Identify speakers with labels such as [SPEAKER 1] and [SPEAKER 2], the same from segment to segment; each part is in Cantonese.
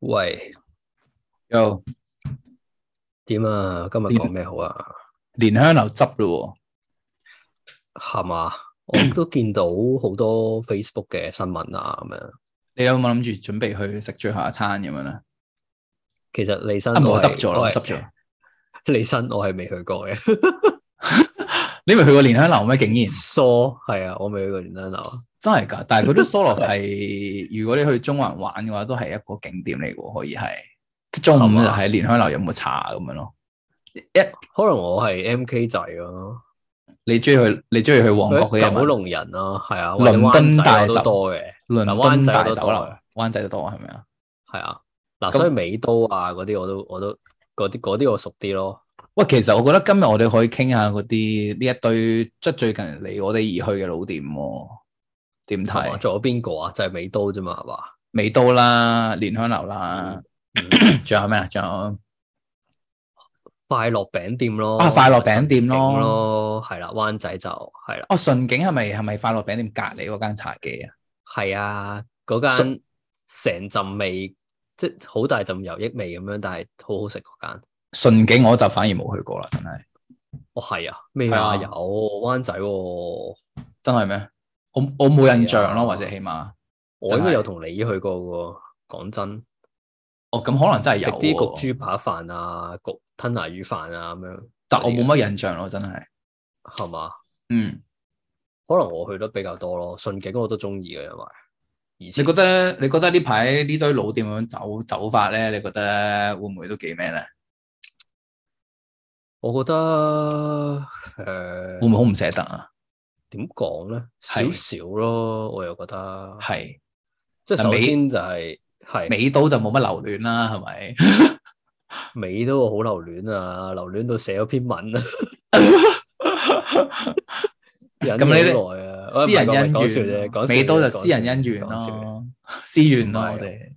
[SPEAKER 1] 喂，
[SPEAKER 2] 又
[SPEAKER 1] 點啊？今日講咩好啊？
[SPEAKER 2] 蓮香樓執咯
[SPEAKER 1] 係嘛？我都見到好多 Facebook 嘅新聞啊，咁樣。
[SPEAKER 2] 喎，你有冇諗住準備去食最後一餐咁樣咧？
[SPEAKER 1] 其實李生
[SPEAKER 2] 啊，唔係
[SPEAKER 1] 我
[SPEAKER 2] 我
[SPEAKER 1] 係
[SPEAKER 2] 執咗啦，
[SPEAKER 1] 我
[SPEAKER 2] 我
[SPEAKER 1] 係
[SPEAKER 2] 執咗。
[SPEAKER 1] 李生我係未去過嘅，
[SPEAKER 2] 你咪去過蓮香樓咩？竟然
[SPEAKER 1] 疏係啊，我未去過連登樓。
[SPEAKER 2] 真係㗎！但係嗰啲 solo 係，如果你去中環玩嘅話，都係一個景點嚟嘅喎，可以係即係中
[SPEAKER 1] 係
[SPEAKER 2] 午
[SPEAKER 1] 嘛
[SPEAKER 2] 就喺蓮香樓飲個茶咁樣咯。一
[SPEAKER 1] 可能我係 MK 仔咯，
[SPEAKER 2] 你中意去，你中意去旺角嗰啲
[SPEAKER 1] 九
[SPEAKER 2] 人嘛
[SPEAKER 1] 龍人咯，係啊，或者
[SPEAKER 2] 倫敦
[SPEAKER 1] 灣仔
[SPEAKER 2] 大
[SPEAKER 1] 我都
[SPEAKER 2] 酒
[SPEAKER 1] 多嘅，
[SPEAKER 2] 倫敦
[SPEAKER 1] 嗱
[SPEAKER 2] 大
[SPEAKER 1] 灣仔都啊
[SPEAKER 2] 酒樓
[SPEAKER 1] 多，
[SPEAKER 2] 灣仔都多係咪啊？
[SPEAKER 1] 係啊。嗱，
[SPEAKER 2] 咁
[SPEAKER 1] 所以美都啊嗰啲我都我都嗰啲嗰啲我熟啲咯。
[SPEAKER 2] 喂，其實我覺得今日我哋可以傾下嗰啲呢一堆，即係最近離我哋而去嘅老店喎，點
[SPEAKER 1] 係嘛
[SPEAKER 2] 睇？
[SPEAKER 1] 仲有邊個啊？就係美都啫嘛，係嘛？
[SPEAKER 2] 美都啦，蓮香樓啦， 仲有咩啊？仲有
[SPEAKER 1] 嗯快樂餅店咯，
[SPEAKER 2] 啊快樂餅店咯
[SPEAKER 1] 順景咯，係啦，灣仔就係啦，
[SPEAKER 2] 哦，順景係咪係咪快樂餅店隔離嗰間茶記啊？
[SPEAKER 1] 係啊，嗰
[SPEAKER 2] 順
[SPEAKER 1] 間成陣味，即係好大陣油益味咁樣，但係好好食嗰間。
[SPEAKER 2] 順景我就反而冇去過啦，真係
[SPEAKER 1] 哦，係啊，咩
[SPEAKER 2] 係
[SPEAKER 1] 啊？
[SPEAKER 2] 啊
[SPEAKER 1] 有灣仔喎，
[SPEAKER 2] 真係咩？我我冇印象
[SPEAKER 1] 係啊
[SPEAKER 2] 咯，或者起碼
[SPEAKER 1] 我應該
[SPEAKER 2] 真係
[SPEAKER 1] 有同你去過喎。講真，
[SPEAKER 2] 哦咁可能真係
[SPEAKER 1] 食
[SPEAKER 2] 有
[SPEAKER 1] 啲
[SPEAKER 2] 喎
[SPEAKER 1] 焗豬扒飯啊，焗吞拿魚飯啊咁樣，
[SPEAKER 2] 但我冇乜印象咯，真係
[SPEAKER 1] 係嘛？
[SPEAKER 2] 嗯。
[SPEAKER 1] 可能我去得比較多咯，順景我都中意嘅，因為而且
[SPEAKER 2] 你覺得你覺得呢排呢堆老店咁樣走走法咧？你覺得會唔會都幾咩咧？
[SPEAKER 1] 我覺得誒
[SPEAKER 2] 會唔會好唔捨得啊？
[SPEAKER 1] 點講咧？少
[SPEAKER 2] 係
[SPEAKER 1] 少咯，我又覺得，
[SPEAKER 2] 係
[SPEAKER 1] 即係
[SPEAKER 2] 嗱
[SPEAKER 1] 首
[SPEAKER 2] 美
[SPEAKER 1] 先就係係
[SPEAKER 2] 美島就冇乜留戀啦，係咪？
[SPEAKER 1] 美都好留戀啊，留戀到寫咗篇 文啊，忍
[SPEAKER 2] 咁你
[SPEAKER 1] 咗好耐啊，
[SPEAKER 2] 私人恩
[SPEAKER 1] 講笑啫，
[SPEAKER 2] 怨
[SPEAKER 1] 講
[SPEAKER 2] 咯，
[SPEAKER 1] 笑
[SPEAKER 2] 美都就
[SPEAKER 1] 啫講
[SPEAKER 2] 私人
[SPEAKER 1] 笑
[SPEAKER 2] 恩
[SPEAKER 1] 啫
[SPEAKER 2] 怨
[SPEAKER 1] 講笑啫
[SPEAKER 2] 咯，私怨咯，
[SPEAKER 1] 唔係
[SPEAKER 2] 我哋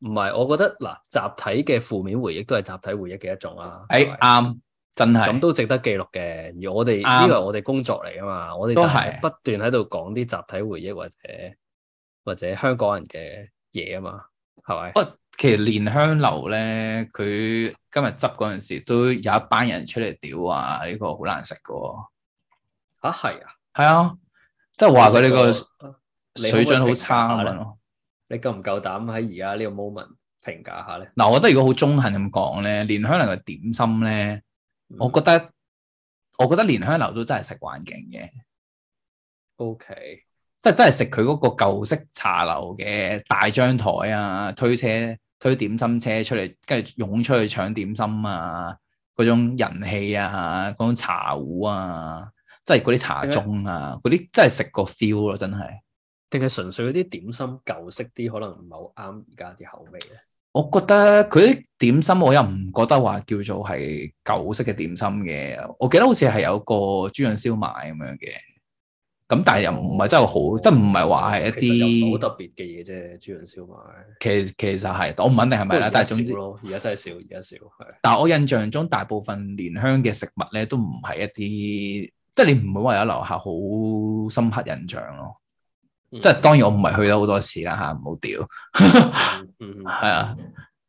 [SPEAKER 1] 唔係，我覺得嗱，集體嘅負面回憶都係集體回憶嘅一種啦。
[SPEAKER 2] 誒哎啱，真
[SPEAKER 1] 係咪咁
[SPEAKER 2] 係
[SPEAKER 1] 都值得記錄嘅，而我哋
[SPEAKER 2] 啱
[SPEAKER 1] 呢個係我哋工作嚟啊嘛，我哋
[SPEAKER 2] 都
[SPEAKER 1] 就
[SPEAKER 2] 係
[SPEAKER 1] 係不斷喺度講啲集體回憶或者或者香港人嘅嘢啊嘛，係咪？
[SPEAKER 2] 我其實蓮香樓咧，佢今日執嗰陣時都有一班人出嚟屌話呢個好難食嘅喎，
[SPEAKER 1] 啊係啊，
[SPEAKER 2] 係啊，即係話佢呢個
[SPEAKER 1] 你食過你可唔可以
[SPEAKER 2] 水準好
[SPEAKER 1] 評價
[SPEAKER 2] 差
[SPEAKER 1] 下
[SPEAKER 2] 咁
[SPEAKER 1] 咧
[SPEAKER 2] 樣咯。
[SPEAKER 1] 啊你夠唔夠膽喺而家呢個 moment 評價下咧？
[SPEAKER 2] 嗱，我覺得如果好中肯咁講咧，蓮香樓嘅點心咧，
[SPEAKER 1] 嗯
[SPEAKER 2] 我覺得我覺得蓮香樓都真係食環境嘅，
[SPEAKER 1] O K，
[SPEAKER 2] 即係真係食佢嗰個舊式茶樓嘅大張台啊，推車推點心車出嚟，跟住湧出去搶點心啊，嗰種人氣啊，嗰種茶壺啊，即係嗰啲茶盅啊，嗰啲真係食個 feel 咯，真係。
[SPEAKER 1] 定係純粹嗰啲點心舊式啲，可能唔係好啱而家啲口味咧。
[SPEAKER 2] 我覺得佢啲點心我又唔覺得話叫做係舊式嘅點心嘅，我記得好似係有個豬潤燒賣咁樣嘅，咁但係又唔係真係好，即係唔係話
[SPEAKER 1] 其
[SPEAKER 2] 係
[SPEAKER 1] 實又唔
[SPEAKER 2] 一
[SPEAKER 1] 係
[SPEAKER 2] 啲
[SPEAKER 1] 好特別嘅嘢啫，豬潤燒賣。
[SPEAKER 2] 其其實係，我唔肯定係
[SPEAKER 1] 唔
[SPEAKER 2] 咪啦，但係總
[SPEAKER 1] 少
[SPEAKER 2] 之，
[SPEAKER 1] 咯，而家真係少，而家少係。
[SPEAKER 2] 但係我印象中大部分蓮香嘅食物咧都唔係一啲，即係你唔會話有留下好深刻印象咯。即係當然我唔係去咗好多次啦嚇，唔好屌。
[SPEAKER 1] 嗯嗯
[SPEAKER 2] 係啊，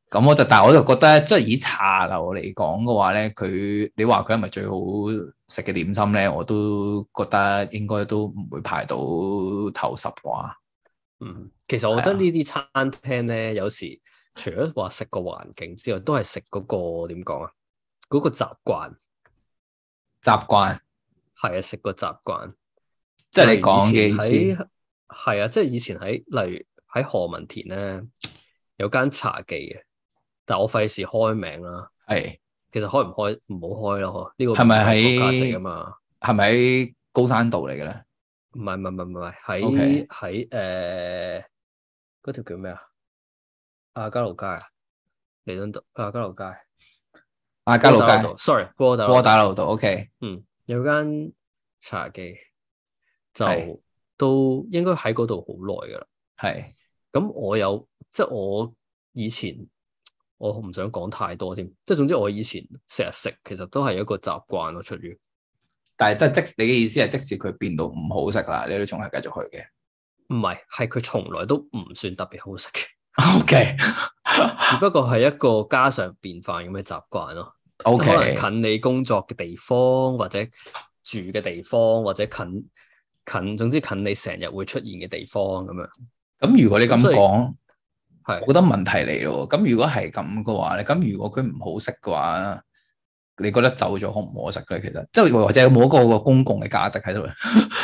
[SPEAKER 2] 咁我就但係我就覺得，即係以茶樓嚟講嘅話咧，佢你話佢係咪最好食嘅點心咧？我都覺得應該都唔會排到頭十啩。
[SPEAKER 1] 嗯，其實我覺
[SPEAKER 2] 係
[SPEAKER 1] 得
[SPEAKER 2] 啊
[SPEAKER 1] 呢啲餐廳咧，有時除咗話食個環境之外，都係食嗰個點講啊，嗰個習慣
[SPEAKER 2] 習慣
[SPEAKER 1] 係啊，食個習慣。
[SPEAKER 2] 即係你講
[SPEAKER 1] 例
[SPEAKER 2] 嘅意
[SPEAKER 1] 如以前
[SPEAKER 2] 思，
[SPEAKER 1] 喺係啊，即係以前喺例如喺何文田咧有間茶記嘅，但我費事開名啦。
[SPEAKER 2] 係
[SPEAKER 1] 其實開唔開唔好開咯，呢個
[SPEAKER 2] 係咪喺
[SPEAKER 1] 國家食啊嘛？
[SPEAKER 2] 係咪喺高山道嚟嘅咧？
[SPEAKER 1] 唔係唔係唔係唔係
[SPEAKER 2] OK
[SPEAKER 1] 喺喺誒嗰條叫咩啊？亞皆老街啊，彌敦道亞皆老街，
[SPEAKER 2] 亞皆老啊街、
[SPEAKER 1] 道，sorry，窩打
[SPEAKER 2] 窩
[SPEAKER 1] 老道，
[SPEAKER 2] 打老道，OK，
[SPEAKER 1] 嗯，有間茶記就
[SPEAKER 2] 係
[SPEAKER 1] 都應該喺嗰度好耐噶啦。
[SPEAKER 2] 係
[SPEAKER 1] 咁我有即係我以前我唔想講太多添，即係總之我以前成日食其實都係一個習慣咯，出於
[SPEAKER 2] 但係即係即你嘅意思係，即使佢變到唔好食啦，你都仲係繼續去嘅。
[SPEAKER 1] 唔係係佢從來都唔算特別好食嘅。
[SPEAKER 2] OK，
[SPEAKER 1] 只不過係一個家常便飯咁嘅習慣咯。
[SPEAKER 2] O
[SPEAKER 1] 即係可
[SPEAKER 2] K，
[SPEAKER 1] 能近你工作嘅地方，或者住嘅地方，或者近近，總之近你成日會出現嘅地方咁樣。
[SPEAKER 2] 咁如果你咁
[SPEAKER 1] 咁所以
[SPEAKER 2] 講，我
[SPEAKER 1] 係
[SPEAKER 2] 覺得問題嚟咯。咁如果係咁嘅話咧，咁如果佢唔好食嘅話，你覺得走咗可唔可食咧？其實即係或者有冇一個個公共嘅價值喺度咧？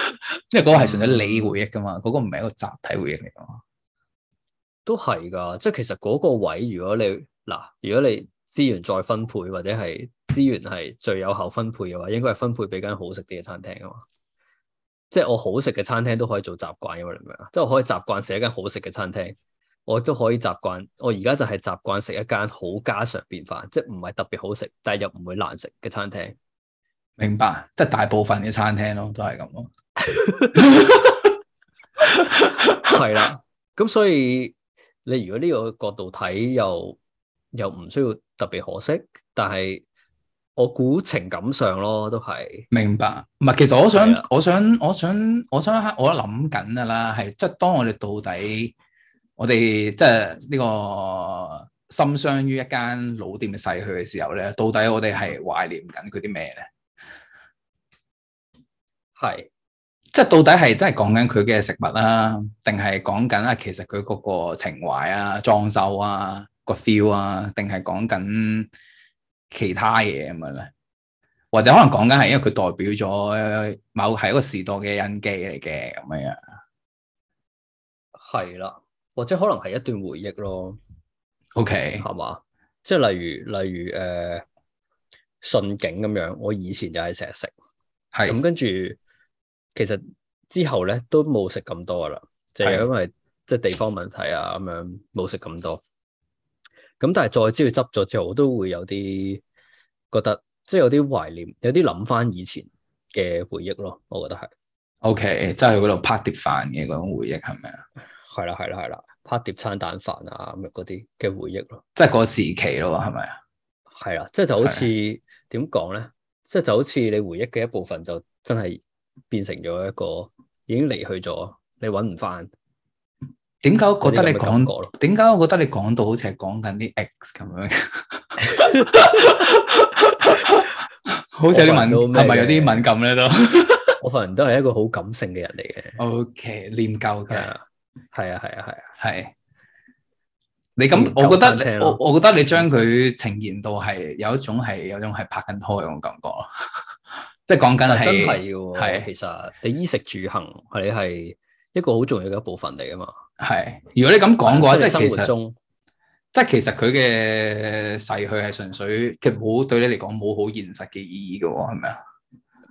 [SPEAKER 2] 因為嗰個係純粹你回憶噶嘛，嗰、個唔係一個集體回憶嚟噶嘛。
[SPEAKER 1] 都係㗎，即係其實嗰個位，如果你嗱，如果你資源再分配，或者係資源係最有效分配嘅話，應該係分配俾間好食啲嘅餐廳啊嘛。即係我好食嘅餐廳都可以做習慣嘅嘛，你明唔明啊？即係我可以習慣食一間好食嘅餐廳，我亦都可以習慣。我而家就係習慣食一間好家常便飯，即係唔係特別好食，但係又唔會難食嘅餐廳。
[SPEAKER 2] 明白，即係大部分嘅餐廳咯，都係咁咯。
[SPEAKER 1] 係啦，咁所以你如果呢個角度睇，又又唔需要特別可惜，但係我估情感上咯，都係
[SPEAKER 2] 明白，唔係，其實我想
[SPEAKER 1] 係啊，
[SPEAKER 2] 我想，我想，我想，我諗緊噶啦，係即係當我哋到底，我哋即係呢個心傷於一間老店嘅逝去嘅時候咧，到底我哋係懷念緊佢啲咩咧？
[SPEAKER 1] 係
[SPEAKER 2] 即係到底係真係講緊佢嘅食物啦，定係講緊啊，其實佢嗰個情懷啊、裝修啊、個 feel 啊，定係講緊其他嘢咁樣咧？或者可能講緊係因為佢代表咗某係一個時代嘅印記嚟嘅咁樣樣。
[SPEAKER 1] 係啦，或者可能係一段回憶咯，
[SPEAKER 2] OK，
[SPEAKER 1] 係嘛？即係例如例如誒、呃、順景咁樣，我以前就係成日食，咁
[SPEAKER 2] 係
[SPEAKER 1] 跟住其實之後咧都冇食咁多噶啦，就係
[SPEAKER 2] 係
[SPEAKER 1] 因為即係地方問題啊咁樣冇食咁多。咁但係再知道執咗之後，我都會有啲覺得即係有啲懷念，有啲諗翻以前嘅回憶咯。我覺得係
[SPEAKER 2] OK，即係佢嗰度拍碟飯嘅嗰種回憶係咪啊？
[SPEAKER 1] 係啦係啦係啦，拍碟餐蛋飯啊咁樣嗰啲嘅回憶咯。
[SPEAKER 2] 即係個時期咯，係咪啊？
[SPEAKER 1] 係啦，即係就好似點講咧？即係就好似你回憶嘅一部分，就真係變成咗一個已經離去咗，你揾唔翻。
[SPEAKER 2] 點解我覺得你
[SPEAKER 1] 有啲咁嘅感覺
[SPEAKER 2] 講
[SPEAKER 1] 咯
[SPEAKER 2] 點解我覺得你講到好似係講緊啲 X 咁 樣？好似有啲敏，
[SPEAKER 1] 我
[SPEAKER 2] 係
[SPEAKER 1] 問到咩
[SPEAKER 2] 咪有啲
[SPEAKER 1] 嘅
[SPEAKER 2] 敏感咧都
[SPEAKER 1] 我份人都係一個好感性嘅人嚟嘅，
[SPEAKER 2] ？OK，念舊
[SPEAKER 1] 係
[SPEAKER 2] 嘅
[SPEAKER 1] 啊，係啊，係啊，係啊，
[SPEAKER 2] 係。你咁
[SPEAKER 1] 念，
[SPEAKER 2] 我覺
[SPEAKER 1] 舊餐
[SPEAKER 2] 得
[SPEAKER 1] 廳
[SPEAKER 2] 你
[SPEAKER 1] 咯
[SPEAKER 2] 我我覺得你將佢呈現到係有一種係有一種係拍緊拖嗰種感覺咯， 即係講緊
[SPEAKER 1] 但啊係真係
[SPEAKER 2] 係
[SPEAKER 1] 嘅喎，
[SPEAKER 2] 係
[SPEAKER 1] 其實你衣食住行，你係一個好重要嘅一部分嚟噶嘛。
[SPEAKER 2] 係。如果你咁講嘅話，即
[SPEAKER 1] 啊係
[SPEAKER 2] 係
[SPEAKER 1] 生
[SPEAKER 2] 其
[SPEAKER 1] 活
[SPEAKER 2] 實。
[SPEAKER 1] 中
[SPEAKER 2] 即係其實佢嘅逝去係純粹，其實冇對你嚟講冇好現實嘅意義嘅喎，係咪啊？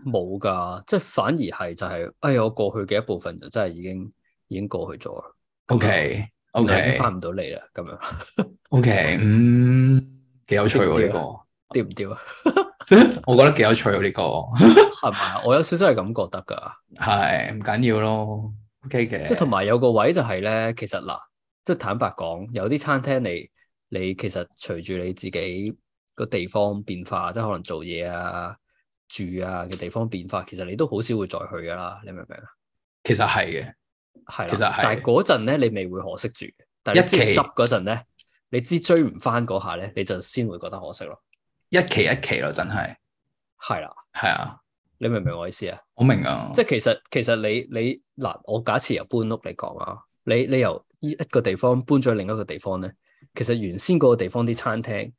[SPEAKER 1] 冇㗎，即係反而係就係，哎呀，我過去嘅一部分就真係已經已經過去咗啦。咁
[SPEAKER 2] O K O
[SPEAKER 1] 樣已
[SPEAKER 2] K
[SPEAKER 1] 經翻唔到嚟啦，咁樣
[SPEAKER 2] O K，嗯，幾有趣
[SPEAKER 1] 啊
[SPEAKER 2] 喎呢個，
[SPEAKER 1] 丟唔丟啊？
[SPEAKER 2] 我覺得幾有趣喎呢個，
[SPEAKER 1] 係嘛？我有少少係咁覺得㗎。
[SPEAKER 2] 係唔緊要咯，O K 嘅，
[SPEAKER 1] 即係同埋有個位就係咧，其實嗱，即係坦白講，有啲餐廳你你其實隨住你自己個地方變化，即係可能做嘢啊、住啊嘅地方變化，其實你都好少會再去噶啦，你明唔明啊？
[SPEAKER 2] 其實係嘅，
[SPEAKER 1] 係啦，
[SPEAKER 2] 其實係
[SPEAKER 1] 但係嗰陣咧，你未會可惜住，但係你知
[SPEAKER 2] 一期
[SPEAKER 1] 執嗰陣咧，你知追唔翻嗰下咧，你就先會覺得可惜咯。
[SPEAKER 2] 一期一期咯，真係
[SPEAKER 1] 係啦，
[SPEAKER 2] 係啊，
[SPEAKER 1] 你明唔明我意思啊？
[SPEAKER 2] 我明啊，
[SPEAKER 1] 即係其實其實你你嗱，我假設由搬屋嚟講啊，你你由一個地方搬咗去另一個地方咧，其實原先嗰個地方啲餐廳，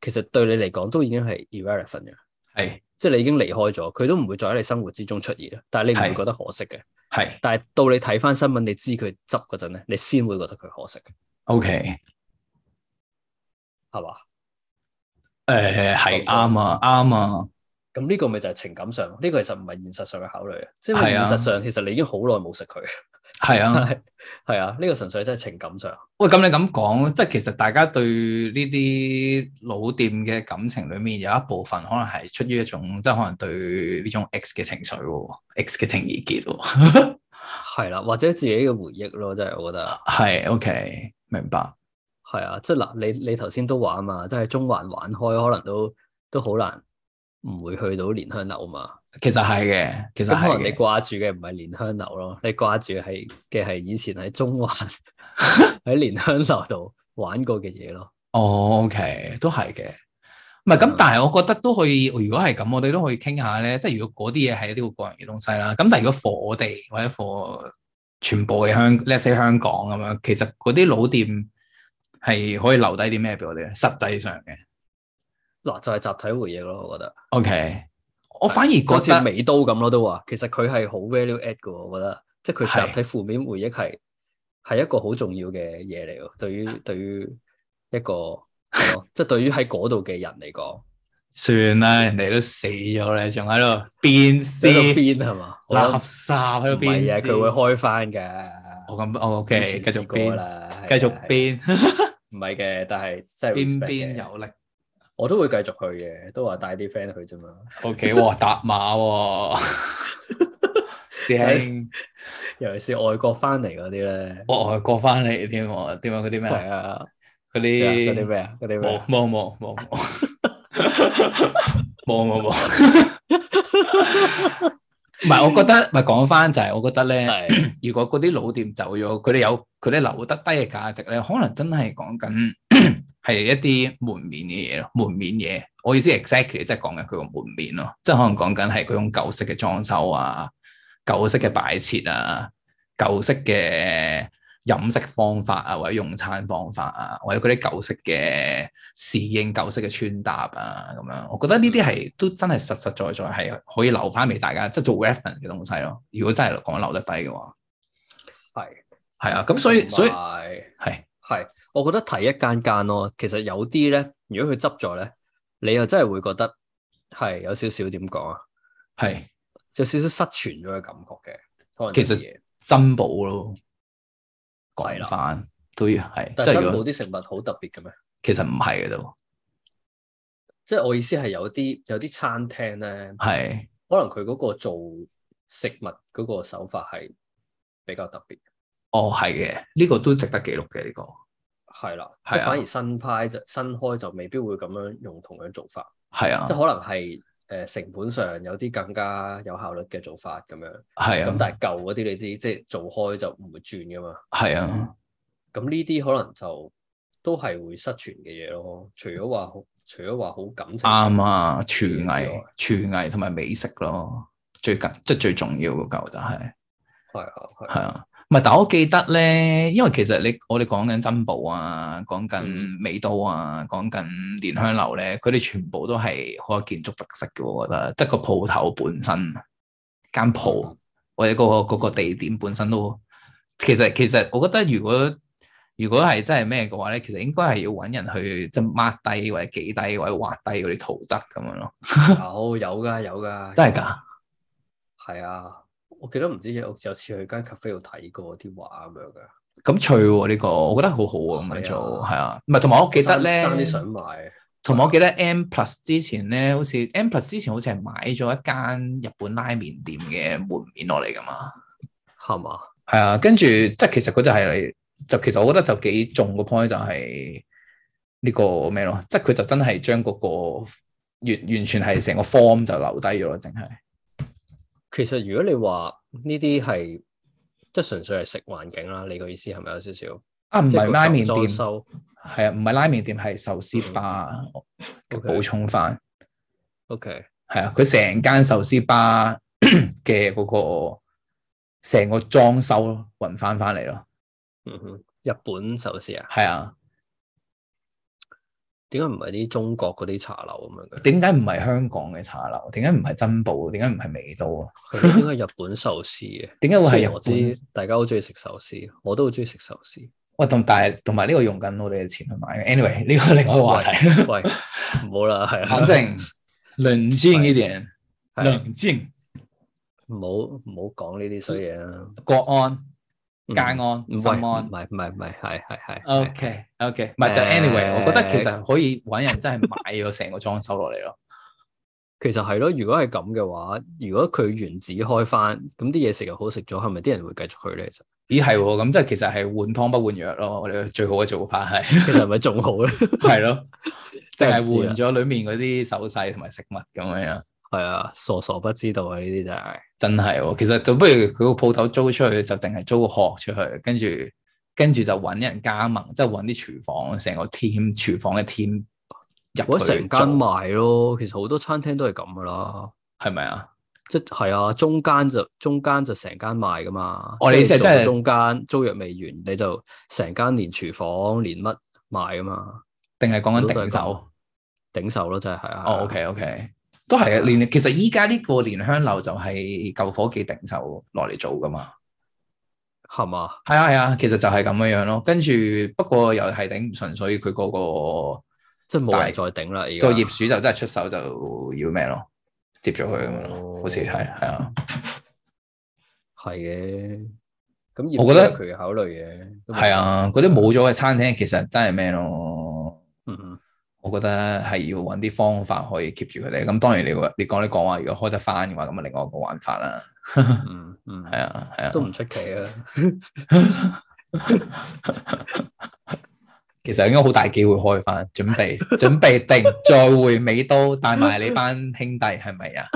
[SPEAKER 1] 其實對你嚟講都已經係 irrelevant 嘅，
[SPEAKER 2] 係
[SPEAKER 1] 即係你已經離開咗，佢都唔會再喺你生活之中出現啦。但係你唔
[SPEAKER 2] 係
[SPEAKER 1] 會覺得可惜嘅，
[SPEAKER 2] 係
[SPEAKER 1] 但係到你睇翻新聞，你知佢執嗰陣咧，你先會覺得佢可惜，
[SPEAKER 2] O K，
[SPEAKER 1] 係嘛？
[SPEAKER 2] 誒
[SPEAKER 1] 哦
[SPEAKER 2] 係啱啊啱啊，
[SPEAKER 1] 咁呢個咪就係情感上，呢個其實唔係現實上嘅考慮啊，即係因為
[SPEAKER 2] 係
[SPEAKER 1] 現
[SPEAKER 2] 啊
[SPEAKER 1] 實上其實你已經好耐冇食佢，
[SPEAKER 2] 係 啊。
[SPEAKER 1] 係係啊，呢個純粹真係情感上。
[SPEAKER 2] 喂，咁你咁講，即係其實大家對呢啲老店嘅感情裏面，有一部分可能係出於一種，即係可能對呢種 X 嘅情緒喎，X 嘅情意結喎。
[SPEAKER 1] 係啦，或者自己嘅回憶咯，真係我覺得
[SPEAKER 2] 係，OK，明白。
[SPEAKER 1] 係啊，即係嗱，你你頭先都話啊嘛，即係中環玩開，可能都都好難唔會去到蓮香樓嘛。
[SPEAKER 2] 其實係嘅，其實
[SPEAKER 1] 咁可
[SPEAKER 2] 係
[SPEAKER 1] 能你
[SPEAKER 2] 嘅，
[SPEAKER 1] 掛住嘅唔係蓮香 樓咯，你掛住係嘅係以前喺中環喺蓮香樓度玩過嘅嘢咯。
[SPEAKER 2] 哦，OK，都係嘅。唔係咁
[SPEAKER 1] 嗯，
[SPEAKER 2] 但係我覺得都可以。如果係咁，我哋都可以傾下咧。即係如果嗰啲嘢係一啲好個人嘅東西啦。咁但係如果 for 我哋或者 for 全部嘅香，let's say 香港咁樣，其實嗰啲老店係可以留低啲咩俾我哋咧？實際上嘅
[SPEAKER 1] 嗱，就係集體回憶咯，我覺得。
[SPEAKER 2] ，OK。我反而
[SPEAKER 1] 好
[SPEAKER 2] 覺
[SPEAKER 1] 似
[SPEAKER 2] 得
[SPEAKER 1] 美都咁咯，都話其實佢係好 value add 嘅，我覺得，即係佢集體負面回憶係係一個好重要嘅嘢嚟喎。對於對於一 個係咯即係對於喺嗰度嘅人嚟講，
[SPEAKER 2] 算啦，人哋都死咗咧，仲喺度變
[SPEAKER 1] 喺度
[SPEAKER 2] 邊
[SPEAKER 1] 邊係嘛？我
[SPEAKER 2] 垃
[SPEAKER 1] 諗
[SPEAKER 2] 圾喺
[SPEAKER 1] 唔
[SPEAKER 2] 度變
[SPEAKER 1] 係啊，佢會開翻㗎。
[SPEAKER 2] 我咁我
[SPEAKER 1] 以
[SPEAKER 2] OK，
[SPEAKER 1] 前
[SPEAKER 2] 繼
[SPEAKER 1] 試
[SPEAKER 2] 續
[SPEAKER 1] 過
[SPEAKER 2] 變，
[SPEAKER 1] 啦，係啊
[SPEAKER 2] 繼續，變，
[SPEAKER 1] 係啊唔係嘅，但係真係
[SPEAKER 2] 邊
[SPEAKER 1] respect
[SPEAKER 2] 邊
[SPEAKER 1] 嘅
[SPEAKER 2] 有力。
[SPEAKER 1] 我都會繼續去嘅，都話帶啲 friend 去啫嘛。
[SPEAKER 2] O K，哇，搭馬喎、 師兄，
[SPEAKER 1] 尤其是外國翻嚟嗰啲咧，
[SPEAKER 2] 我外國翻嚟添喎，點啊？嗰啲咩？
[SPEAKER 1] 係啊，
[SPEAKER 2] 嗰
[SPEAKER 1] 嗰啲
[SPEAKER 2] 啲
[SPEAKER 1] 咩啊，嗰啲咩
[SPEAKER 2] 冇
[SPEAKER 1] 啊，
[SPEAKER 2] 冇冇冇冇冇冇冇。 唔係，我覺得唔係講翻就係，我覺得咧，
[SPEAKER 1] 係。
[SPEAKER 2] 如果嗰啲老店走咗，佢哋有佢哋留得低嘅價值咧，可能真係講緊 係一啲門面嘅嘢咯，門面嘢。我意思 exactly 即係講緊佢個門面咯，即係可能講緊係佢種舊式嘅裝修啊、舊式嘅擺設啊、舊式嘅飲食方法啊，或者用餐方法啊，或者嗰啲舊式嘅侍應、舊式嘅穿搭啊咁樣。我覺得呢啲係都真係實實在在係可以留翻俾大家，即係做 reference 嘅東西咯。如果真係講留得低嘅話，
[SPEAKER 1] 係
[SPEAKER 2] 係啊，咁所以所以
[SPEAKER 1] 係
[SPEAKER 2] 係
[SPEAKER 1] 係，我覺得睇一間間咯。其實有啲咧，如果佢執咗咧，你又真係會覺得係有少少點講啊，
[SPEAKER 2] 係
[SPEAKER 1] 有少少失傳咗嘅感覺嘅。可能
[SPEAKER 2] 其
[SPEAKER 1] 啲
[SPEAKER 2] 實
[SPEAKER 1] 嘢
[SPEAKER 2] 珍寶咯，
[SPEAKER 1] 係
[SPEAKER 2] 講
[SPEAKER 1] 啦
[SPEAKER 2] 翻都要係，
[SPEAKER 1] 但
[SPEAKER 2] 即
[SPEAKER 1] 係
[SPEAKER 2] 係
[SPEAKER 1] 珍
[SPEAKER 2] 如
[SPEAKER 1] 寶
[SPEAKER 2] 果
[SPEAKER 1] 啲食物好特別嘅咩？
[SPEAKER 2] 其實唔係嘅都
[SPEAKER 1] 即係我意思係有啲有啲餐廳咧，
[SPEAKER 2] 係
[SPEAKER 1] 可能佢嗰個做食物嗰個手法係比較特別，
[SPEAKER 2] 哦係嘅，呢個都值得記錄嘅呢個
[SPEAKER 1] 係啦。
[SPEAKER 2] 係啊
[SPEAKER 1] 即係反而新派就新開就未必會咁樣用同樣做法，
[SPEAKER 2] 係啊
[SPEAKER 1] 即係可能係誒成本上有啲更加有效率嘅做法咁樣。
[SPEAKER 2] 係
[SPEAKER 1] 咁
[SPEAKER 2] 啊
[SPEAKER 1] 但係舊嗰啲你知，即係做開就唔會轉噶嘛。
[SPEAKER 2] 係啊
[SPEAKER 1] 咁呢啲可能就都係會失傳嘅嘢咯。除咗話好，除咗話好感情
[SPEAKER 2] 啱啊，廚
[SPEAKER 1] 之
[SPEAKER 2] 藝
[SPEAKER 1] 外
[SPEAKER 2] 廚藝同埋美食咯，最緊即係最重要嗰嚿就係、
[SPEAKER 1] 係啊，係啊
[SPEAKER 2] 係啊，唔係，但我記得咧，因為其實你我哋講緊珍寶啊，講緊
[SPEAKER 1] 嗯
[SPEAKER 2] 美都啊，講緊蓮香樓咧，佢哋全部都係好有建築特色嘅喎，我覺得，即係個鋪頭本身間鋪
[SPEAKER 1] 嗯
[SPEAKER 2] 或者嗰、個嗰個地點本身都，其實其實我覺得如果如果係真係咩嘅話咧，其實應該係要揾人去即係 mark 低或者記低或者畫低嗰啲圖則咁樣咯，
[SPEAKER 1] 有有㗎有㗎，
[SPEAKER 2] 真係㗎。
[SPEAKER 1] 係啊！我記得唔知有有次去間 cafe 度睇過啲畫咁樣㗎，
[SPEAKER 2] 咁趣喎呢個，我覺得好好啊咁樣
[SPEAKER 1] 係啊
[SPEAKER 2] 做，係啊，唔係同埋我記得
[SPEAKER 1] 爭
[SPEAKER 2] 咧，
[SPEAKER 1] 爭啲想買，
[SPEAKER 2] 同埋我記得 M Plus 之前咧，好似 M Plus 之前好似係買咗一間日本拉麵店嘅門面落嚟噶嘛。
[SPEAKER 1] 係嘛？
[SPEAKER 2] 係啊，跟住即係其實嗰就係嚟，就其實我覺得就幾重個 point 就係呢個咩咯，即係佢就真係將嗰個完完全係成個 form 就留低咗咯，淨係
[SPEAKER 1] 其實如果你話呢啲係即係純粹係食環境啦，你個意思係咪有少少？
[SPEAKER 2] 啊唔
[SPEAKER 1] 即係
[SPEAKER 2] 係
[SPEAKER 1] 個
[SPEAKER 2] 拉麵
[SPEAKER 1] 裝
[SPEAKER 2] 店，
[SPEAKER 1] 修
[SPEAKER 2] 係啊唔係拉麵店係壽司吧，
[SPEAKER 1] 嗯
[SPEAKER 2] 補充翻。
[SPEAKER 1] OK，
[SPEAKER 2] 係啊，佢成間壽司吧嘅嗰、個成個裝修咯，運翻翻嚟咯。
[SPEAKER 1] 嗯哼，日本壽司啊。
[SPEAKER 2] 係啊，
[SPEAKER 1] 點解唔係啲中國嗰啲茶樓咁樣 嘅？
[SPEAKER 2] 點解唔係香港嘅茶樓？點解唔係珍寶？點解唔係美都啊？
[SPEAKER 1] 佢哋應該係日本壽司 嘅。
[SPEAKER 2] 點解會
[SPEAKER 1] 雖然
[SPEAKER 2] 係
[SPEAKER 1] 我
[SPEAKER 2] 日本？
[SPEAKER 1] 知大家好中意食壽司，我都好中意食壽 司。
[SPEAKER 2] 喂，同但係同埋呢個用緊我哋嘅錢去買嘅。Anyway，呢個另外一個話題。
[SPEAKER 1] 喂，唔好啦，係啊，
[SPEAKER 2] 反正冷靜一點，
[SPEAKER 1] 係
[SPEAKER 2] 冷靜。
[SPEAKER 1] 唔好唔好講呢啲衰嘢啦。
[SPEAKER 2] 國安、
[SPEAKER 1] 嗯
[SPEAKER 2] 街安、
[SPEAKER 1] 唔
[SPEAKER 2] 心
[SPEAKER 1] 係
[SPEAKER 2] 安哦
[SPEAKER 1] 唔。係唔係唔係，係係係。係
[SPEAKER 2] OK OK，唔係就
[SPEAKER 1] 誒
[SPEAKER 2] anyway，我覺得其實可以揾人真係買咗成個裝修落嚟咯。
[SPEAKER 1] 其實係咯，如果係咁嘅話，如果佢原址開翻，咁啲嘢食又好食咗，係咪啲人會繼續去咧？ 其實
[SPEAKER 2] 咦係喎，咁即係其實係換湯不換藥咯。我哋最好嘅做法係
[SPEAKER 1] 其實係咪仲好咧？
[SPEAKER 2] 係咯，
[SPEAKER 1] 真
[SPEAKER 2] 淨係
[SPEAKER 1] 係唔知啊
[SPEAKER 2] 換咗裡面嗰啲手勢同埋食物咁樣樣，
[SPEAKER 1] 係啊，傻傻不知道啊！呢啲真係。
[SPEAKER 2] 真係喎。其實就不如佢個鋪頭租出去，就淨係租個殼出去，跟住跟住就揾人加盟，即係揾啲廚房成個 team 廚房嘅 team 入
[SPEAKER 1] 或
[SPEAKER 2] 去
[SPEAKER 1] 者成間
[SPEAKER 2] 做
[SPEAKER 1] 賣咯。其實好多餐廳都係咁噶啦，
[SPEAKER 2] 係咪啊？
[SPEAKER 1] 即係啊，中間就中間就成間賣噶嘛。
[SPEAKER 2] 哦你意思係
[SPEAKER 1] 即係
[SPEAKER 2] 真係
[SPEAKER 1] 做到中間租約未完，你就成間連廚房連乜賣噶嘛，
[SPEAKER 2] 定係講緊
[SPEAKER 1] 都係
[SPEAKER 2] 頂
[SPEAKER 1] 咁
[SPEAKER 2] 手？
[SPEAKER 1] 頂手咯，真係係啊。係啊
[SPEAKER 2] 哦，OK OK，都係啊。連其實依家呢個蓮香樓就係舊伙計定手落嚟做噶嘛。
[SPEAKER 1] 係嘛？
[SPEAKER 2] 係啊係啊，其實就係咁樣樣咯。跟住不過又係頂唔順，所以佢嗰個
[SPEAKER 1] 即係冇人再頂啦，而家
[SPEAKER 2] 個業主就真係出手就要咩咯，接咗佢咁樣
[SPEAKER 1] 哦
[SPEAKER 2] 咯。好似係係啊，
[SPEAKER 1] 係嘅。咁
[SPEAKER 2] 我覺得
[SPEAKER 1] 業主有佢嘅考慮嘅，都冇
[SPEAKER 2] 係啊。嗰啲冇咗嘅餐廳其實真係咩咯？
[SPEAKER 1] 辦法，嗯
[SPEAKER 2] 我覺得係要揾啲方法可以 keep 住佢哋。咁當然你話你講你講話，如果開得翻嘅話，咁啊另外一個玩法啦。
[SPEAKER 1] 嗯嗯
[SPEAKER 2] 係
[SPEAKER 1] 嗯，
[SPEAKER 2] 啊係啊，
[SPEAKER 1] 都唔出奇啊。
[SPEAKER 2] 其實應該好大機會開翻，準 備準備定再會美都，帶埋你班兄弟係咪 啊？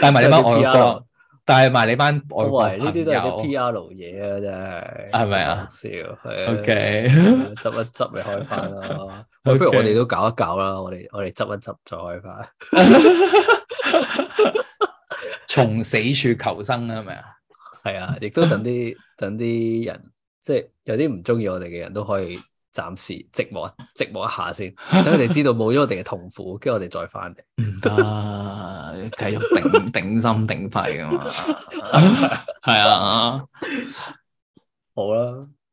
[SPEAKER 2] 帶埋你班
[SPEAKER 1] 有啲
[SPEAKER 2] 外
[SPEAKER 1] PR
[SPEAKER 2] 國，帶埋你班 外
[SPEAKER 1] 我
[SPEAKER 2] 國
[SPEAKER 1] 話呢
[SPEAKER 2] 朋
[SPEAKER 1] 啲都係啲
[SPEAKER 2] 友。
[SPEAKER 1] P.R. 嘢啊，真係
[SPEAKER 2] 係咪啊
[SPEAKER 1] 講笑係啊
[SPEAKER 2] OK
[SPEAKER 1] 執一執咪開翻咯。喂，不如
[SPEAKER 2] OK
[SPEAKER 1] 我哋都搞一搞啦，我哋我哋執一執再開翻。
[SPEAKER 2] 從死處求生啊係咪啊？
[SPEAKER 1] 係啊，亦都等啲等啲人，即係有啲唔中意我哋嘅人都可以暫時寂寞寂寞一下先，等佢哋知道冇咗我哋嘅痛苦，跟住我哋再翻嚟。
[SPEAKER 2] 唔 得，繼續頂頂心 頂肺噶嘛，係啊。
[SPEAKER 1] 好啦，